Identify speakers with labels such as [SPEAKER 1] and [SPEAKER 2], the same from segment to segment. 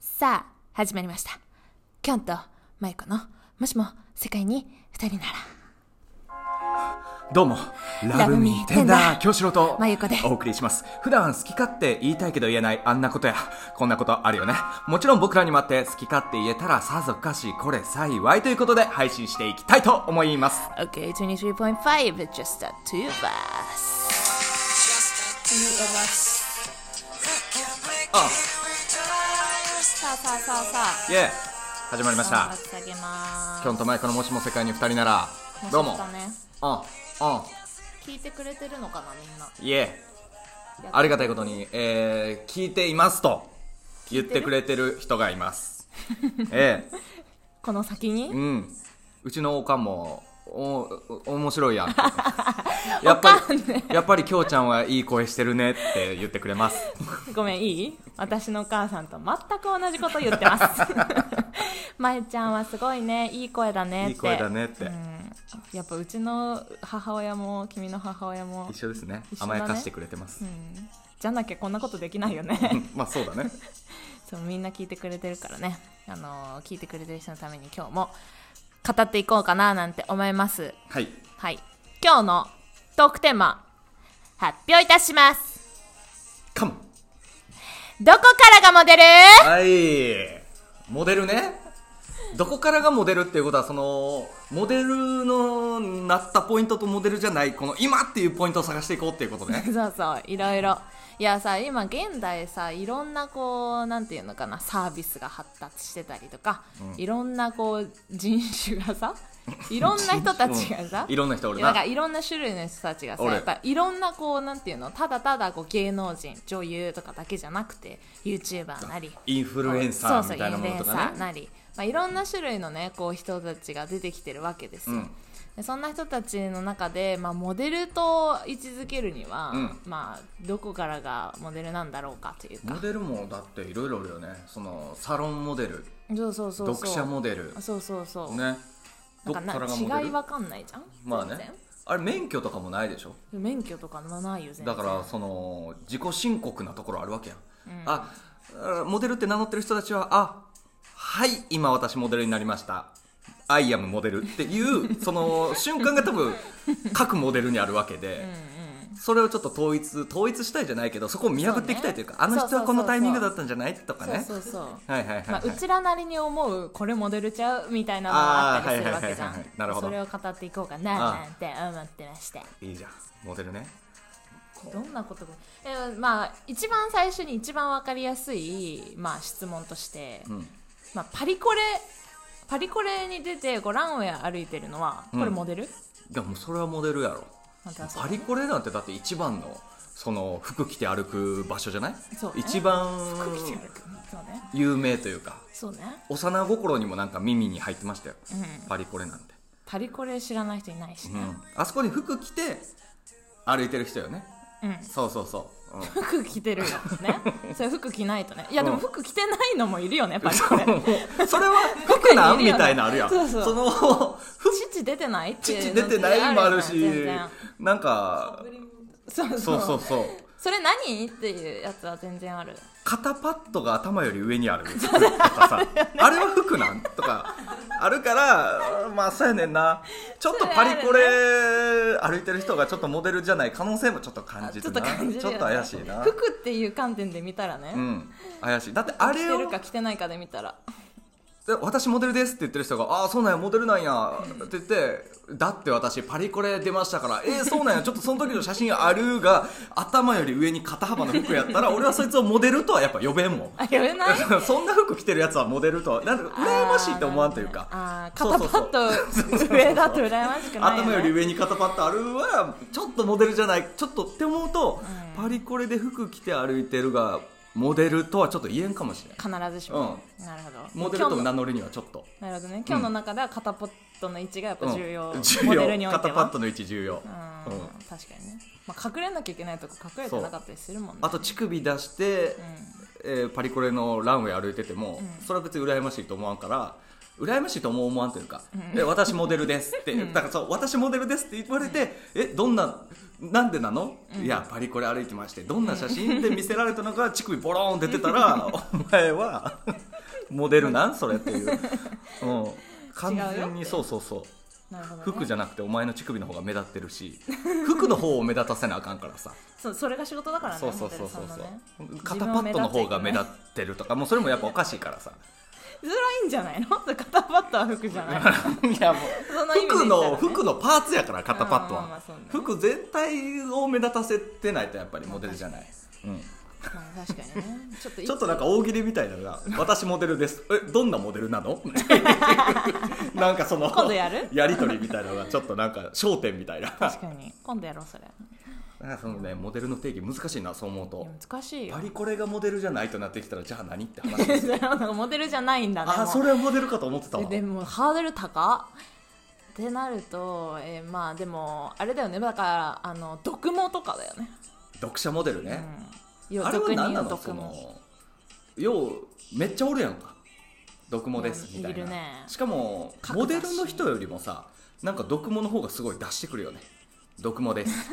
[SPEAKER 1] さあ、始まりました。キョンとマイコの、もしも世界に二人な
[SPEAKER 2] どうも、ラブミーテンダー、京志郎と、
[SPEAKER 1] まゆこで
[SPEAKER 2] お送りします。普段好き勝手言いたいけど言えないあんなことや、こんなことあるよね。もちろん僕らにもあって好き勝手言えたらさぞかしこれ幸いということで配信していきたいと思います。
[SPEAKER 1] ら。OK, 23.5, just the two of us.
[SPEAKER 2] あ、
[SPEAKER 1] さあさあさあさあ。
[SPEAKER 2] イェーイ始まりました。
[SPEAKER 1] 下げま
[SPEAKER 2] きょんとまゆこのもしも世界に二人なら
[SPEAKER 1] す。、
[SPEAKER 2] どうも、
[SPEAKER 1] ね、
[SPEAKER 2] うん、うん、
[SPEAKER 1] 聞いてくれてるのかな、みんな。
[SPEAKER 2] イェーイありがたいことに、えー、聞いていますと言ってくれてる人がい ます。ええ
[SPEAKER 1] この先に
[SPEAKER 2] うん。うちのおかんも、お、お面白いや んって。やっぱり、やっぱりきょうちゃんはいい声してるねって言ってくれます。
[SPEAKER 1] ごめん、いい私のお母さんと全く同じこと言って ます。まゆちゃんはすごいね、いい声だねって。
[SPEAKER 2] いい声だねって
[SPEAKER 1] うん。やっぱうちの母親も、君の母親も、
[SPEAKER 2] 一緒ですね。
[SPEAKER 1] 一緒だ
[SPEAKER 2] 甘
[SPEAKER 1] ね
[SPEAKER 2] やかしてくれてます。
[SPEAKER 1] じゃなきゃこんなことできないよね。
[SPEAKER 2] まあそうだね。
[SPEAKER 1] そうみんな聞いてくれてるからね、あのー聞いてくれてる人のために今日も語っていこうかななんて思います
[SPEAKER 2] はい。
[SPEAKER 1] はい今日のトークテーマ発表いたします
[SPEAKER 2] カモン
[SPEAKER 1] どこからがモデル
[SPEAKER 2] はい。モデルね。どこからがモデルっていうことは、その、モデルのなったポイントとモデルじゃない、この今っていうポイントを探していこうっていうことね。
[SPEAKER 1] そうそういろいろいやさ今現代さいろんなこうなんていうのかなサービスが発達してたりとか、いろんなこう人種が さいろんな人たちがさ
[SPEAKER 2] うんいろんな人おる
[SPEAKER 1] なん
[SPEAKER 2] な
[SPEAKER 1] か。いろんな種類の人たちがさ
[SPEAKER 2] 俺
[SPEAKER 1] やっぱいろんなこうなんていうのただただこう芸能人女優とかだけじゃなくて YouTuber なり
[SPEAKER 2] インフルエンサーみたいなもの
[SPEAKER 1] そう
[SPEAKER 2] と
[SPEAKER 1] そうインフルエンサー
[SPEAKER 2] かね。
[SPEAKER 1] なり、まあ、いろんな種類のねこう人たちが出てきてるわけですよ、
[SPEAKER 2] うん
[SPEAKER 1] でそんな人たちの中で、まあ、モデルと位置づけるには、
[SPEAKER 2] うん
[SPEAKER 1] まあ、どこからがモデルなんだろうかという
[SPEAKER 2] モ
[SPEAKER 1] か
[SPEAKER 2] デルもだっていろいろあるよね。その、サロンモデル。
[SPEAKER 1] そうそうそうそう
[SPEAKER 2] 読者モデル
[SPEAKER 1] そうそうそう、
[SPEAKER 2] ね
[SPEAKER 1] なんか
[SPEAKER 2] どっか
[SPEAKER 1] な
[SPEAKER 2] らがモデ
[SPEAKER 1] 違い
[SPEAKER 2] ル
[SPEAKER 1] わかんないじゃん
[SPEAKER 2] まあねあれ免許とかもないでしょ
[SPEAKER 1] 全然免許とかもないよ全然
[SPEAKER 2] だからその自己申告なところあるわけやん、ああモデルって名乗ってる人たちはあはい今私モデルになりましたアイアムモデルっていう その瞬間が多分各モデルにあるわけで、それをちょっと統一統一したいじゃないけどそこを見破っていきたいというか
[SPEAKER 1] そうね
[SPEAKER 2] あの人はこのタイミングだったんじゃないとかね
[SPEAKER 1] そうそうそう
[SPEAKER 2] はいはいはい、はい
[SPEAKER 1] まあ、うちらなりに思うこれモデルちゃうみたいなのがあったりするわけじゃ
[SPEAKER 2] あーは
[SPEAKER 1] ん
[SPEAKER 2] いはいはいはいなるほど
[SPEAKER 1] それを語っていこうかななんて思ってまして
[SPEAKER 2] いいじゃんモデルね
[SPEAKER 1] どんなことが、えーまあ、一番最初に一番わかりやすい、まあ、質問として、
[SPEAKER 2] うん
[SPEAKER 1] まあ、パリコレパリコレに出てこうランウェア歩いてるのはこれ
[SPEAKER 2] うん
[SPEAKER 1] モデル、
[SPEAKER 2] でもうそれはモデルやろ
[SPEAKER 1] 本当はそう
[SPEAKER 2] パリコレなんてだって一番のその服着て歩く場所じゃない、
[SPEAKER 1] そうね
[SPEAKER 2] 一番
[SPEAKER 1] 服着て歩くそうね
[SPEAKER 2] 有名というか
[SPEAKER 1] そうね、
[SPEAKER 2] 幼心にもなんか耳に入ってましたよ、
[SPEAKER 1] うん、
[SPEAKER 2] パリコレなんて、
[SPEAKER 1] パリコレ知らない人いないし
[SPEAKER 2] う
[SPEAKER 1] ね、
[SPEAKER 2] ん、あそこに服着て歩いてる人よね
[SPEAKER 1] うん
[SPEAKER 2] そうそうそう、うん
[SPEAKER 1] 服着てるよ ねそれ服着ないとねいやでも
[SPEAKER 2] うん
[SPEAKER 1] 服着てないのもいるよねパリ
[SPEAKER 2] そ
[SPEAKER 1] コ
[SPEAKER 2] う
[SPEAKER 1] レ
[SPEAKER 2] それは服な
[SPEAKER 1] 中
[SPEAKER 2] ん
[SPEAKER 1] にいるよね
[SPEAKER 2] みたいなのあるやん
[SPEAKER 1] そうそう
[SPEAKER 2] の服
[SPEAKER 1] 父出てないっていう
[SPEAKER 2] 出
[SPEAKER 1] の
[SPEAKER 2] てないもあるし
[SPEAKER 1] 全然
[SPEAKER 2] なんか
[SPEAKER 1] そうそう
[SPEAKER 2] そうそうそう
[SPEAKER 1] それ何っていうやつは全然ある
[SPEAKER 2] 肩パッドが頭より上にある とかさ、あれは服なんとかあるからまあそうやねんなちょっとパリコレ歩いてる人がちょっとモデルじゃない可能性もちょっと感じ
[SPEAKER 1] ちょ
[SPEAKER 2] る
[SPEAKER 1] っ
[SPEAKER 2] な
[SPEAKER 1] と感じるよ、ね、
[SPEAKER 2] ちょっと怪しいな
[SPEAKER 1] 服っていう観点で見たらね、
[SPEAKER 2] うん怪しいだってあ
[SPEAKER 1] 着
[SPEAKER 2] れ
[SPEAKER 1] てる
[SPEAKER 2] を
[SPEAKER 1] か着てないかで見たら
[SPEAKER 2] で私モデルですって言ってる人がああそうなんやモデルなんやって言ってだって私パリコレ出ましたからえー、そうなんやちょっとその時の写真あるが頭より上に肩幅の服やったら俺はそいつをモデルとはやっぱ呼べんもん
[SPEAKER 1] あやめない
[SPEAKER 2] そんな服着てるやつはモデルとはなんか羨ましいって思わんというか
[SPEAKER 1] あー
[SPEAKER 2] そう
[SPEAKER 1] 肩
[SPEAKER 2] そう
[SPEAKER 1] パ
[SPEAKER 2] そう
[SPEAKER 1] ッと上だと羨ましくない、ね、
[SPEAKER 2] 頭より上に肩パッとあるはちょっとモデルじゃないちょっとって思うと、パリコレで服着て歩いてるがモデルとはちょっと言えんかもしれない
[SPEAKER 1] 必ずしも、なるほど
[SPEAKER 2] モデルと
[SPEAKER 1] 今日の
[SPEAKER 2] 名乗るにはちょっと
[SPEAKER 1] なるほどね今日の中では肩ポットの位置がやっぱ重要、
[SPEAKER 2] うん重
[SPEAKER 1] モ
[SPEAKER 2] 要
[SPEAKER 1] デルにおいては
[SPEAKER 2] 肩パッドの位置重
[SPEAKER 1] う
[SPEAKER 2] 要、
[SPEAKER 1] ん
[SPEAKER 2] うん
[SPEAKER 1] 確かにね、まあ、隠れなきゃいけないとこ隠れてなかったりするもんね
[SPEAKER 2] あと乳首出して、えーパリコレのランウェイ歩いてても、それは別に羨ましいと思わんから羨ましいと思う思わんというか、え私モデルですって、だからそう私モデルですって言われて、えどんななんでなの、いやパリコレ 歩いてましてどんな写真で見せられたのか乳首ボローン出てたら、お前はモデルなんそれっていう、うん、完
[SPEAKER 1] 違うよっ
[SPEAKER 2] 全
[SPEAKER 1] て
[SPEAKER 2] にそうそうそう
[SPEAKER 1] なるほど、ね、
[SPEAKER 2] 服じゃなくてお前の乳首の方が目立ってるし服の方を目立たせなあかんからさ
[SPEAKER 1] そうそれが仕事だからね
[SPEAKER 2] そうそうそうそう
[SPEAKER 1] モデルさんのね
[SPEAKER 2] そう肩パッドの方が目立ってるとかもうそれもやっぱおかしいからさ
[SPEAKER 1] 辛いんじゃないの 肩パッドは 服じゃない
[SPEAKER 2] いやも
[SPEAKER 1] そんな意味
[SPEAKER 2] う
[SPEAKER 1] で言
[SPEAKER 2] 服
[SPEAKER 1] ったらね
[SPEAKER 2] の服のパーツやから肩パッド
[SPEAKER 1] あーまあまあ
[SPEAKER 2] は
[SPEAKER 1] そうね
[SPEAKER 2] 服全体を目立たせてないとやっぱりモデルじゃない、うん
[SPEAKER 1] まあ確かにねちょっとい
[SPEAKER 2] ちょっとなんか大喜利みたいな のが「私モデルです」え「どんなモデルなの? 」なんかその
[SPEAKER 1] 今度やる
[SPEAKER 2] やり取りみたいなのがちょっとなんか焦点みたいな
[SPEAKER 1] 確かに今度やろうそれ
[SPEAKER 2] なんかそのねモデルの定義難しいなそう思う
[SPEAKER 1] い
[SPEAKER 2] と
[SPEAKER 1] や難しいよ
[SPEAKER 2] パリコレがモデルじゃないとなってきたらじゃあ何って話
[SPEAKER 1] なんかモデルじゃないんだね
[SPEAKER 2] あ
[SPEAKER 1] も
[SPEAKER 2] あ
[SPEAKER 1] う
[SPEAKER 2] それはモデルかと思ってたわ
[SPEAKER 1] でもハードル高っってなると、えーまあでもあれだよねだからあの読毛とかだよね
[SPEAKER 2] 読者モデルね、
[SPEAKER 1] うん、よ
[SPEAKER 2] あれは
[SPEAKER 1] 俗に
[SPEAKER 2] 何
[SPEAKER 1] 言
[SPEAKER 2] な
[SPEAKER 1] う
[SPEAKER 2] の
[SPEAKER 1] 読
[SPEAKER 2] そ
[SPEAKER 1] 毛
[SPEAKER 2] のようめっちゃおるやんか読モですみたいな、
[SPEAKER 1] いるね
[SPEAKER 2] しかも
[SPEAKER 1] 各
[SPEAKER 2] モ
[SPEAKER 1] 雑誌
[SPEAKER 2] デルの人よりもさなんか読モの方がすごい出してくるよね読モです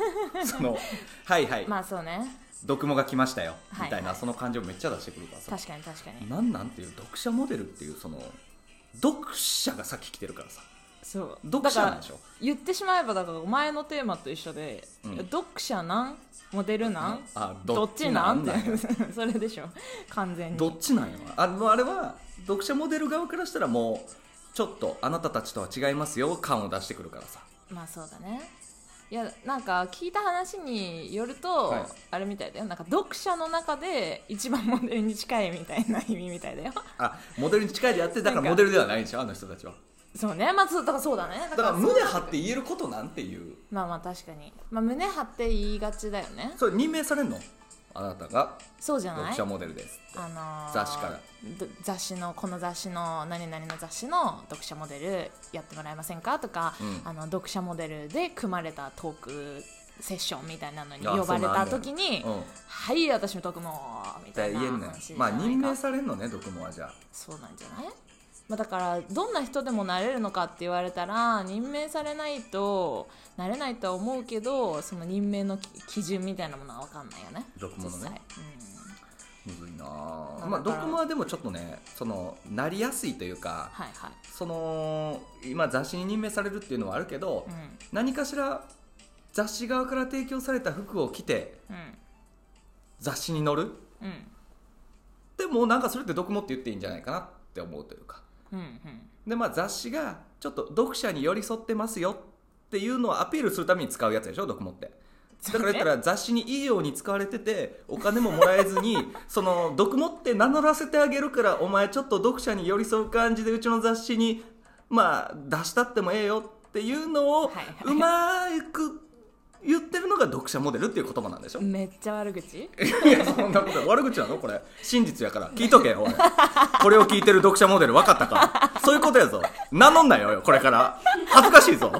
[SPEAKER 2] そのはいはい、
[SPEAKER 1] まあそうね
[SPEAKER 2] 読モが来ましたよ
[SPEAKER 1] はい
[SPEAKER 2] みたいな、
[SPEAKER 1] はい
[SPEAKER 2] その感じをめっちゃ出してくるからさ
[SPEAKER 1] 確かに確かに
[SPEAKER 2] なんなんていう読者モデルっていうその読者がさっき来てるからさ
[SPEAKER 1] そう
[SPEAKER 2] 読者
[SPEAKER 1] だ
[SPEAKER 2] なん
[SPEAKER 1] か
[SPEAKER 2] でしょ
[SPEAKER 1] ら言ってしまえばだからお前のテーマと一緒で、
[SPEAKER 2] うん
[SPEAKER 1] 読者なんモデルなん、
[SPEAKER 2] あ
[SPEAKER 1] どっちなんって
[SPEAKER 2] どっちな ん
[SPEAKER 1] それでしょ完全に
[SPEAKER 2] どっちなんやあのあれは読者モデル側からしたらもうちょっとあなたたちとは違いますよ感を出してくるからさ
[SPEAKER 1] まあそうだねいやなんか聞いた話によると、
[SPEAKER 2] はい
[SPEAKER 1] あれみたいだよなんか読者の中で一番モデルに近いみたいな意味みたいだよ
[SPEAKER 2] あモデルに近いでやってだか
[SPEAKER 1] なんから
[SPEAKER 2] モデルではないんでしょあの人たちは
[SPEAKER 1] そうねまあそうだからそうだねだ
[SPEAKER 2] だから胸張って言えることなんていう
[SPEAKER 1] まあまあ確かに、まあ、胸張って言いがちだよね
[SPEAKER 2] それ任命されんのあなたが
[SPEAKER 1] そうじゃな
[SPEAKER 2] 読
[SPEAKER 1] い
[SPEAKER 2] 者モデルですって
[SPEAKER 1] あのー
[SPEAKER 2] 雑誌から
[SPEAKER 1] ど雑誌のこの雑誌の何々の雑誌の読者モデルやってもらえませんかとか、
[SPEAKER 2] うん
[SPEAKER 1] あの読者モデルで組まれたトークセッションみたいなのに
[SPEAKER 2] あ
[SPEAKER 1] 呼ばれ
[SPEAKER 2] そう
[SPEAKER 1] た
[SPEAKER 2] なんだ
[SPEAKER 1] 時に
[SPEAKER 2] うん
[SPEAKER 1] 「はい私も読もう」み
[SPEAKER 2] だ
[SPEAKER 1] た
[SPEAKER 2] から
[SPEAKER 1] いな
[SPEAKER 2] 言えんねん
[SPEAKER 1] 話じゃな
[SPEAKER 2] まあ
[SPEAKER 1] いか
[SPEAKER 2] 任命されんのね読モはじゃあ
[SPEAKER 1] そうなんじゃない、まあ、だからどんな人でもなれるのかって言われたら任命されないとなれないとは思うけどその任命のき基準みたいなものは分かんないよね
[SPEAKER 2] 読モのね
[SPEAKER 1] 実際うん
[SPEAKER 2] むずいな
[SPEAKER 1] ま
[SPEAKER 2] あ
[SPEAKER 1] あ
[SPEAKER 2] まあ
[SPEAKER 1] だから
[SPEAKER 2] 読モはでもちょっとねそのなりやすいというか
[SPEAKER 1] はいはい、
[SPEAKER 2] その今雑誌に任命されるっていうのはあるけど、
[SPEAKER 1] うん
[SPEAKER 2] 何かしら雑誌側から提供された服を着て
[SPEAKER 1] うん
[SPEAKER 2] 雑誌に載る
[SPEAKER 1] うん
[SPEAKER 2] でもなんかそれって読モって言っていいんじゃないかなって思うというか
[SPEAKER 1] うんうん
[SPEAKER 2] でまあ雑誌がちょっと読者に寄り添ってますよっていうのをアピールするために使うやつでしょ読モってだから言ったら雑誌にいいように使われててお金ももらえ ずにその読モって名乗らせてあげるからお前ちょっと読者に寄り添う感じでうちの雑誌にまあ出したってもええよっていうのを
[SPEAKER 1] はいはいう
[SPEAKER 2] まく言ってるのが読者モデルっていう言葉なんでしょ
[SPEAKER 1] めっちゃ悪口
[SPEAKER 2] いやそんなこと悪口なのこれ真実やから聞いとけよおいこれを聞いてる読者モデル分かったかそういうことやぞ名乗んなよよこれから恥ずかしいぞ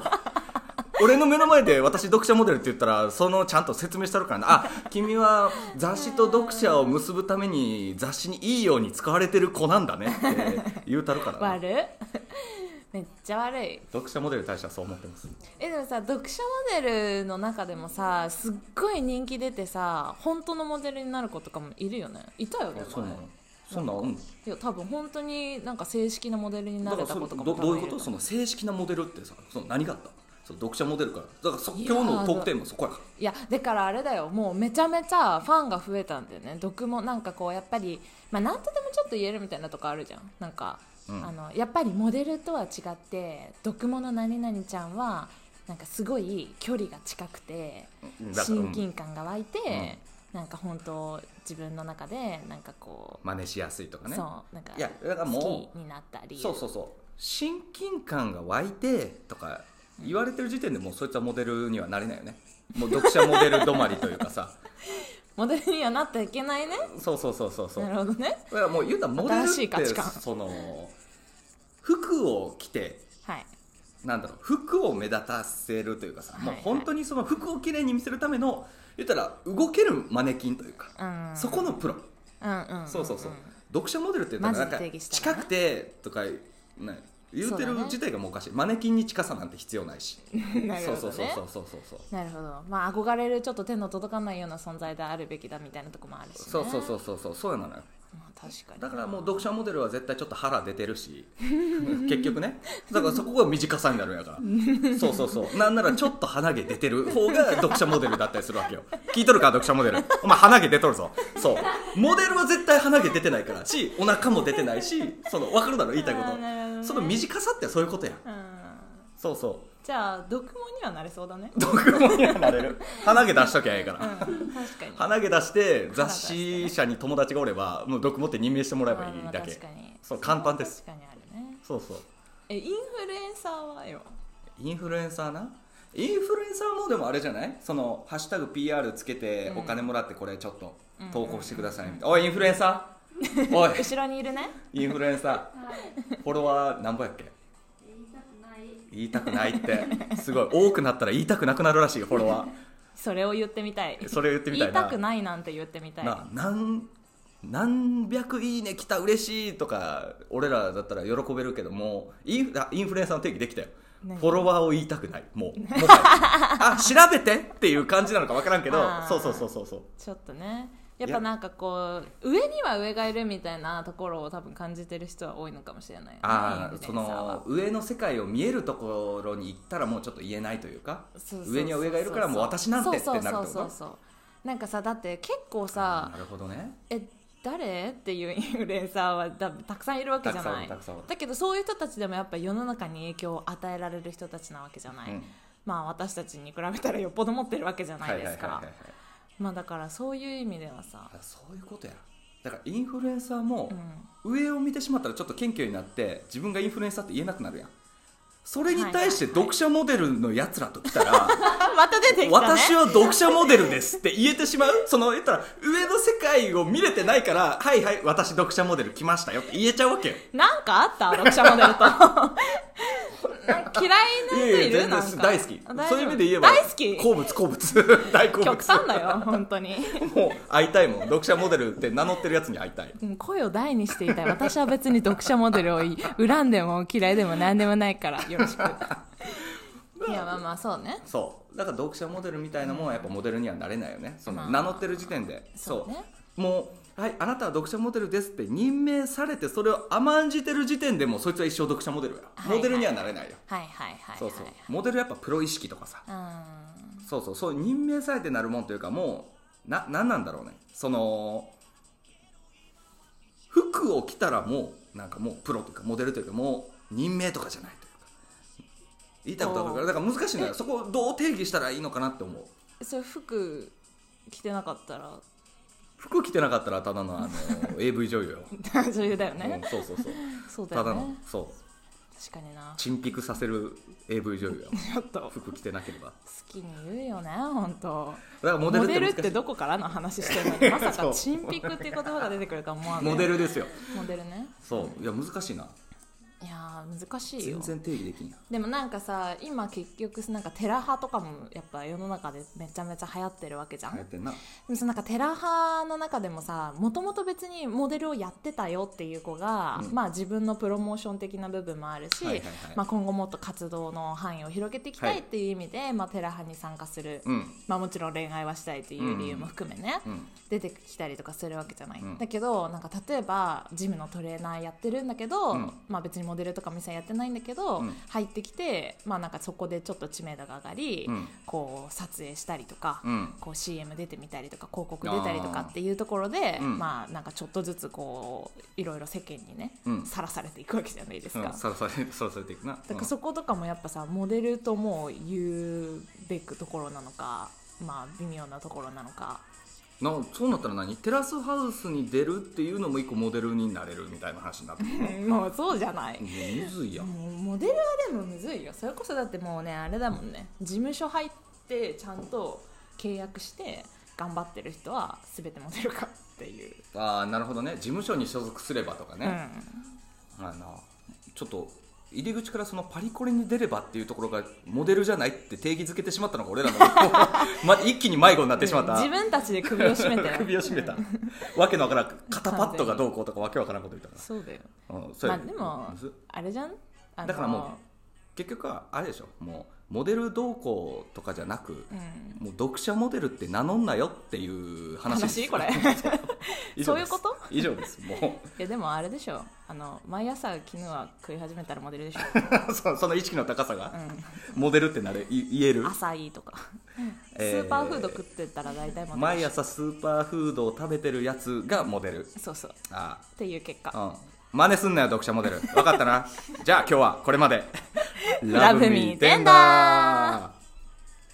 [SPEAKER 2] 俺の目の前で私読者モデルって言ったらそのちゃんと説明したるからなあ君は雑誌と読者を結ぶために雑誌にいいように使われてる子なんだねって言うたるからな
[SPEAKER 1] 悪い めっちゃ悪い
[SPEAKER 2] 読者モデルに対してはそう思ってます
[SPEAKER 1] えでもさ読者モデルの中でもさすっごい人気出てさ本当のモデルになる子とかもいるよねいたよね
[SPEAKER 2] あそうな
[SPEAKER 1] 前
[SPEAKER 2] のそんなんうん
[SPEAKER 1] いや多分本当になんか正式なモデルにな
[SPEAKER 2] だか
[SPEAKER 1] れた
[SPEAKER 2] らそ
[SPEAKER 1] 子
[SPEAKER 2] れ
[SPEAKER 1] とか
[SPEAKER 2] ど
[SPEAKER 1] も
[SPEAKER 2] どういうこ
[SPEAKER 1] 多分
[SPEAKER 2] と
[SPEAKER 1] る
[SPEAKER 2] その正式なモデルってさその何があったその読者モデルからだからそ
[SPEAKER 1] いやー
[SPEAKER 2] 今日のトークテーマそこやから
[SPEAKER 1] いやだからあれだよもうめちゃめちゃファンが増えたんだよね毒もなんかこうやっぱりまあ何とでもちょっと言えるみたいなとこあるじゃんなんか、
[SPEAKER 2] うん
[SPEAKER 1] あのやっぱりモデルとは違って毒もの何々ちゃんはなんかすごい距離が近くて
[SPEAKER 2] うんだからうん
[SPEAKER 1] 親近感が湧いて、なんか本当自分の中でなんかこう、
[SPEAKER 2] 真似しやすいとかね
[SPEAKER 1] そうなんか
[SPEAKER 2] いやだから
[SPEAKER 1] 好
[SPEAKER 2] も
[SPEAKER 1] きになった
[SPEAKER 2] う
[SPEAKER 1] り
[SPEAKER 2] そうそうそう親近感が湧いてとか言われてる時点でもうそいつはモデルにはなれないよねもう読者モデル止まりというか さ
[SPEAKER 1] モデルにはなってはいけないね
[SPEAKER 2] そうそうそうそうそう
[SPEAKER 1] な
[SPEAKER 2] だ
[SPEAKER 1] るほどね
[SPEAKER 2] からもう言うたらモデルっ
[SPEAKER 1] 新しい価値
[SPEAKER 2] て
[SPEAKER 1] 観
[SPEAKER 2] その服を着て
[SPEAKER 1] はい
[SPEAKER 2] なんだろう服を目立たせるというかさ、
[SPEAKER 1] はい
[SPEAKER 2] もう本当にその服をきれいに見せるための言ったら動けるマネキンというか、
[SPEAKER 1] うん
[SPEAKER 2] そこのプロ、
[SPEAKER 1] うんうんんん
[SPEAKER 2] そうそうそう、読者モデルって言ったらなんか
[SPEAKER 1] マジで定義した
[SPEAKER 2] 近
[SPEAKER 1] らね
[SPEAKER 2] くてとかね言うてる
[SPEAKER 1] そうだね
[SPEAKER 2] 自体がもうおかしい、マネキンに近さなんて必要ないし
[SPEAKER 1] なるほどね
[SPEAKER 2] そうそうそうそうそうそう
[SPEAKER 1] なるほど、まあ、憧れるちょっと手の届かないような存在であるべきだみたいなとこもあるし、ね、
[SPEAKER 2] そうそうそうそうそうそうなのよ
[SPEAKER 1] まあ、確かに
[SPEAKER 2] だからもう読者モデルは絶対ちょっと腹出てるし 結局ねだからそこが短さになるんやから そうそうそうなんならちょっと鼻毛出てる方が読者モデルだったりするわけよ聞いとるか読者モデルお前鼻毛出とるぞそうモデルは絶対鼻毛出てないからしお腹も出てないしその分かるだろ言いたいこ
[SPEAKER 1] あーなるほど
[SPEAKER 2] と
[SPEAKER 1] ね
[SPEAKER 2] その短さってそういうことや
[SPEAKER 1] うん
[SPEAKER 2] そうそう
[SPEAKER 1] じゃあ読モにはなれそう だね
[SPEAKER 2] 読モにはなれる鼻毛出しときゃええか
[SPEAKER 1] うん
[SPEAKER 2] ら、
[SPEAKER 1] 確かに
[SPEAKER 2] 鼻毛出して雑誌社に友達がおればもう読モって任命してもらえばいいだ
[SPEAKER 1] あーまあ
[SPEAKER 2] け
[SPEAKER 1] 確かに
[SPEAKER 2] そう簡単です
[SPEAKER 1] 確かにあるね
[SPEAKER 2] そうそう
[SPEAKER 1] えインフルエンサーはよ
[SPEAKER 2] インフルエンサーなインフルエンサーもでもあれじゃないその「ハッシュタグ #PR」つけて
[SPEAKER 1] うん
[SPEAKER 2] お金もらってこれちょっと
[SPEAKER 1] うん
[SPEAKER 2] 投稿してくださいみたいなおいインフルエンサ ーおい
[SPEAKER 1] 後ろにいるね
[SPEAKER 2] インフルエンサ
[SPEAKER 3] はい
[SPEAKER 2] ーフォロワーなんぼやっけ
[SPEAKER 3] 言いたくない
[SPEAKER 2] 言いたくないってすごい多くなったら言いたくなくなるらしいよフォロワ
[SPEAKER 1] それを言ってみたい
[SPEAKER 2] ーそれ言ってみたいな
[SPEAKER 1] 言いたくないなんて言ってみたい
[SPEAKER 2] な何何百いいね来た嬉しいとか俺らだったら喜べるけどもインフあインフルエンサーの定義できたよ
[SPEAKER 1] ね
[SPEAKER 2] フォロワーを言いたくないも うもはやあ調べてっていう感じなのか分からんけど
[SPEAKER 1] あー
[SPEAKER 2] そうそうそうそうそう
[SPEAKER 1] ちょっとねやっぱなんかこう上には上がいるみたいなところを多分感じてる人は多いのかもしれないよね
[SPEAKER 2] あ
[SPEAKER 1] イン
[SPEAKER 2] あ
[SPEAKER 1] フ
[SPEAKER 2] そ
[SPEAKER 1] ルエンサーは
[SPEAKER 2] の上の世界を見えるところに行ったらもうちょっと言えないというか
[SPEAKER 1] そうそうそうそう
[SPEAKER 2] 上には上がいるからもう私なんてってなるって
[SPEAKER 1] そう
[SPEAKER 2] こ
[SPEAKER 1] そうそう
[SPEAKER 2] と
[SPEAKER 1] そうそうなんかさだって結構
[SPEAKER 2] あ
[SPEAKER 1] さ
[SPEAKER 2] ーなるほどね
[SPEAKER 1] え誰っていうインフルエンサーはだたくさんいるわけじゃない
[SPEAKER 2] たくさんおるたくさんおる
[SPEAKER 1] だけどそういう人たちでもやっぱ世の中に影響を与えられる人たちなわけじゃない、
[SPEAKER 2] うん
[SPEAKER 1] まあ私たちに比べたらよっぽど持ってるわけじゃないです
[SPEAKER 2] は
[SPEAKER 1] か
[SPEAKER 2] いはいはいはいはい
[SPEAKER 1] まあだからそういう意味ではさ
[SPEAKER 2] あそういうことやだからインフルエンサーも、
[SPEAKER 1] うん
[SPEAKER 2] 上を見てしまったらちょっと謙虚になって自分がインフルエンサーって言えなくなるやんそれに対して読者モデルのやつらと来たら、
[SPEAKER 1] あまた出てきたね
[SPEAKER 2] 私は読者モデルですって言えてしまうその言ったら上の世界を見れてないからはいはい私読者モデル来ましたよって言えちゃうわけよ
[SPEAKER 1] なんかあった読者モデルと なんか嫌いな人いる
[SPEAKER 2] 全
[SPEAKER 1] な
[SPEAKER 2] 然
[SPEAKER 1] んか
[SPEAKER 2] 大好き
[SPEAKER 1] あ大丈夫
[SPEAKER 2] そういう意味で言えば
[SPEAKER 1] 大好き
[SPEAKER 2] 好物好 物大好物
[SPEAKER 1] 極端だよ本当に
[SPEAKER 2] もう会いたいもん読者モデルって名乗ってるやつに会いたい
[SPEAKER 1] うん声を大にしていたい私は別に読者モデルをい恨んでも嫌いでも何でもないからよろ しくいやまあまあそうね
[SPEAKER 2] そうだから読者モデルみたいなもんはやっぱモデルにはなれないよねそ
[SPEAKER 1] ま
[SPEAKER 2] の
[SPEAKER 1] あ
[SPEAKER 2] 名乗ってる時点で、
[SPEAKER 1] そうね
[SPEAKER 2] もう、はい、あなたは読者モデルですって任命されてそれを甘んじてる時点でもうそいつは一生読者モデルや、
[SPEAKER 1] はいはい
[SPEAKER 2] モデルにはなれないよ、
[SPEAKER 1] はいはいはいはい
[SPEAKER 2] そうそうモデルやっぱプロ意識とかさ
[SPEAKER 1] うん
[SPEAKER 2] そうそうそう任命されてなるもんというかもうな何なんだろうねその服を着たらもうなんかもうプロというかモデルというかもう任命とかじゃないというか言いたいことあるからだから難しいのよそこをどう定義したらいいのかなって思う
[SPEAKER 1] それ服着てなかったら
[SPEAKER 2] 服着てなかったらただのあの AV 女優よ、
[SPEAKER 1] 女優だよ
[SPEAKER 2] うん
[SPEAKER 1] ね、
[SPEAKER 2] そうそうそう
[SPEAKER 1] そうだ
[SPEAKER 2] た
[SPEAKER 1] よ
[SPEAKER 2] だの
[SPEAKER 1] ね
[SPEAKER 2] そう
[SPEAKER 1] 確かにな
[SPEAKER 2] チンピクさせる AV 女優よ
[SPEAKER 1] ちょっと好
[SPEAKER 2] 服着てなければだか
[SPEAKER 1] きに言うよね本当
[SPEAKER 2] らモ
[SPEAKER 1] モ
[SPEAKER 2] デ
[SPEAKER 1] デ
[SPEAKER 2] ル
[SPEAKER 1] ル
[SPEAKER 2] って難しい
[SPEAKER 1] ってどこからの話してるのにまさ
[SPEAKER 2] そ
[SPEAKER 1] か
[SPEAKER 2] う
[SPEAKER 1] チンピクっていう言葉が出てくるとは思わない
[SPEAKER 2] モデルですよ
[SPEAKER 1] モデルね
[SPEAKER 2] そういや難しいない
[SPEAKER 1] やー難しいよ
[SPEAKER 2] 全然定義できんや
[SPEAKER 1] でもなんかさ今結局なんかテラ派とかもやっぱ世の中でめちゃめちゃ流行ってるわけじゃん、
[SPEAKER 2] 流行ってんな
[SPEAKER 1] でもさなんかテラ派の中でもさもともと別にモデルをやってたよっていう子が、
[SPEAKER 2] うん
[SPEAKER 1] まあ、自分のプロモーション的な部分もあるし、
[SPEAKER 2] はいはいはい
[SPEAKER 1] まあ、今後もっと活動の範囲を広げていきたいっていう意味で、まあ、テラ派に参加する、
[SPEAKER 2] うん
[SPEAKER 1] まあ、もちろん恋愛はしたいっていう理由も含めね、
[SPEAKER 2] うん
[SPEAKER 1] 出てきたりとかするわけじゃない、
[SPEAKER 2] うん
[SPEAKER 1] だけどなんか例えばジムのトレーナーやってるんだけど、
[SPEAKER 2] うん
[SPEAKER 1] まあ、別にモデルとか店やってないんだけど、
[SPEAKER 2] うん
[SPEAKER 1] 入ってきて、まあ、なんかそこでちょっと知名度が上がり、
[SPEAKER 2] うん
[SPEAKER 1] こう撮影したりとか、
[SPEAKER 2] うん
[SPEAKER 1] こう CM 出てみたりとか広告出たりとかっていうところで
[SPEAKER 2] あーうん
[SPEAKER 1] まあ、なんかちょっとずつこういろいろ世間にね
[SPEAKER 2] うん
[SPEAKER 1] さら、されていくわけじゃないです
[SPEAKER 2] う
[SPEAKER 1] か。
[SPEAKER 2] んさらされさらされていくな
[SPEAKER 1] だから
[SPEAKER 2] うん
[SPEAKER 1] そことかもやっぱさモデルとも言うべくところなのか、まあ、微妙なところなのか
[SPEAKER 2] なそうなったら何テラスハウスに出るっていうのも一個モデルになれるみたいな話になってくる
[SPEAKER 1] もうそうじゃない
[SPEAKER 2] むずいやん
[SPEAKER 1] もうモデルはでもむずいよそれこそだってもうねあれだもんね事務所入ってちゃんと契約して頑張ってる人は全てモデルかっていう、
[SPEAKER 2] ああなるほどね事務所に所属すればとか
[SPEAKER 1] うん
[SPEAKER 2] ね、あのちょっと入り口からそのパリコレに出ればっていうところがモデルじゃないって定義づけてしまったのが俺らの ま一気に迷子になってしまった
[SPEAKER 1] 自分たちで首を絞めて
[SPEAKER 2] 首を絞めたわけのわからん肩パッドがどうこうとかわけわからんこと言った
[SPEAKER 1] そうだよ
[SPEAKER 2] から、うんそ
[SPEAKER 1] ま
[SPEAKER 2] れ
[SPEAKER 1] あでも
[SPEAKER 2] むず
[SPEAKER 1] あれじゃんあの
[SPEAKER 2] だからもう結局はあれでしょもうモデルどうこうとかじゃなく、
[SPEAKER 1] うん
[SPEAKER 2] もう読者モデルって名乗んなよっていう話
[SPEAKER 1] 話 これ
[SPEAKER 2] そ
[SPEAKER 1] そ
[SPEAKER 2] う以上です
[SPEAKER 1] ういうこと
[SPEAKER 2] 以上ですも
[SPEAKER 1] いやでもあれでしょあの毎朝絹は食い始めたらモデルで しょ、
[SPEAKER 2] うそその意識の高さ
[SPEAKER 1] う
[SPEAKER 2] が、
[SPEAKER 1] ん、
[SPEAKER 2] モデルってなれい言える
[SPEAKER 1] アサイとか、
[SPEAKER 2] えー
[SPEAKER 1] スーパーフード食ってたら大体モデル
[SPEAKER 2] 毎朝スーパーフードを食べてるやつがモデル
[SPEAKER 1] そうそうっ
[SPEAKER 2] あ
[SPEAKER 1] ていう結果
[SPEAKER 2] あうん真似すんなよ読者 モデル分かったなじゃあ今日はこれまで
[SPEAKER 1] Love me tender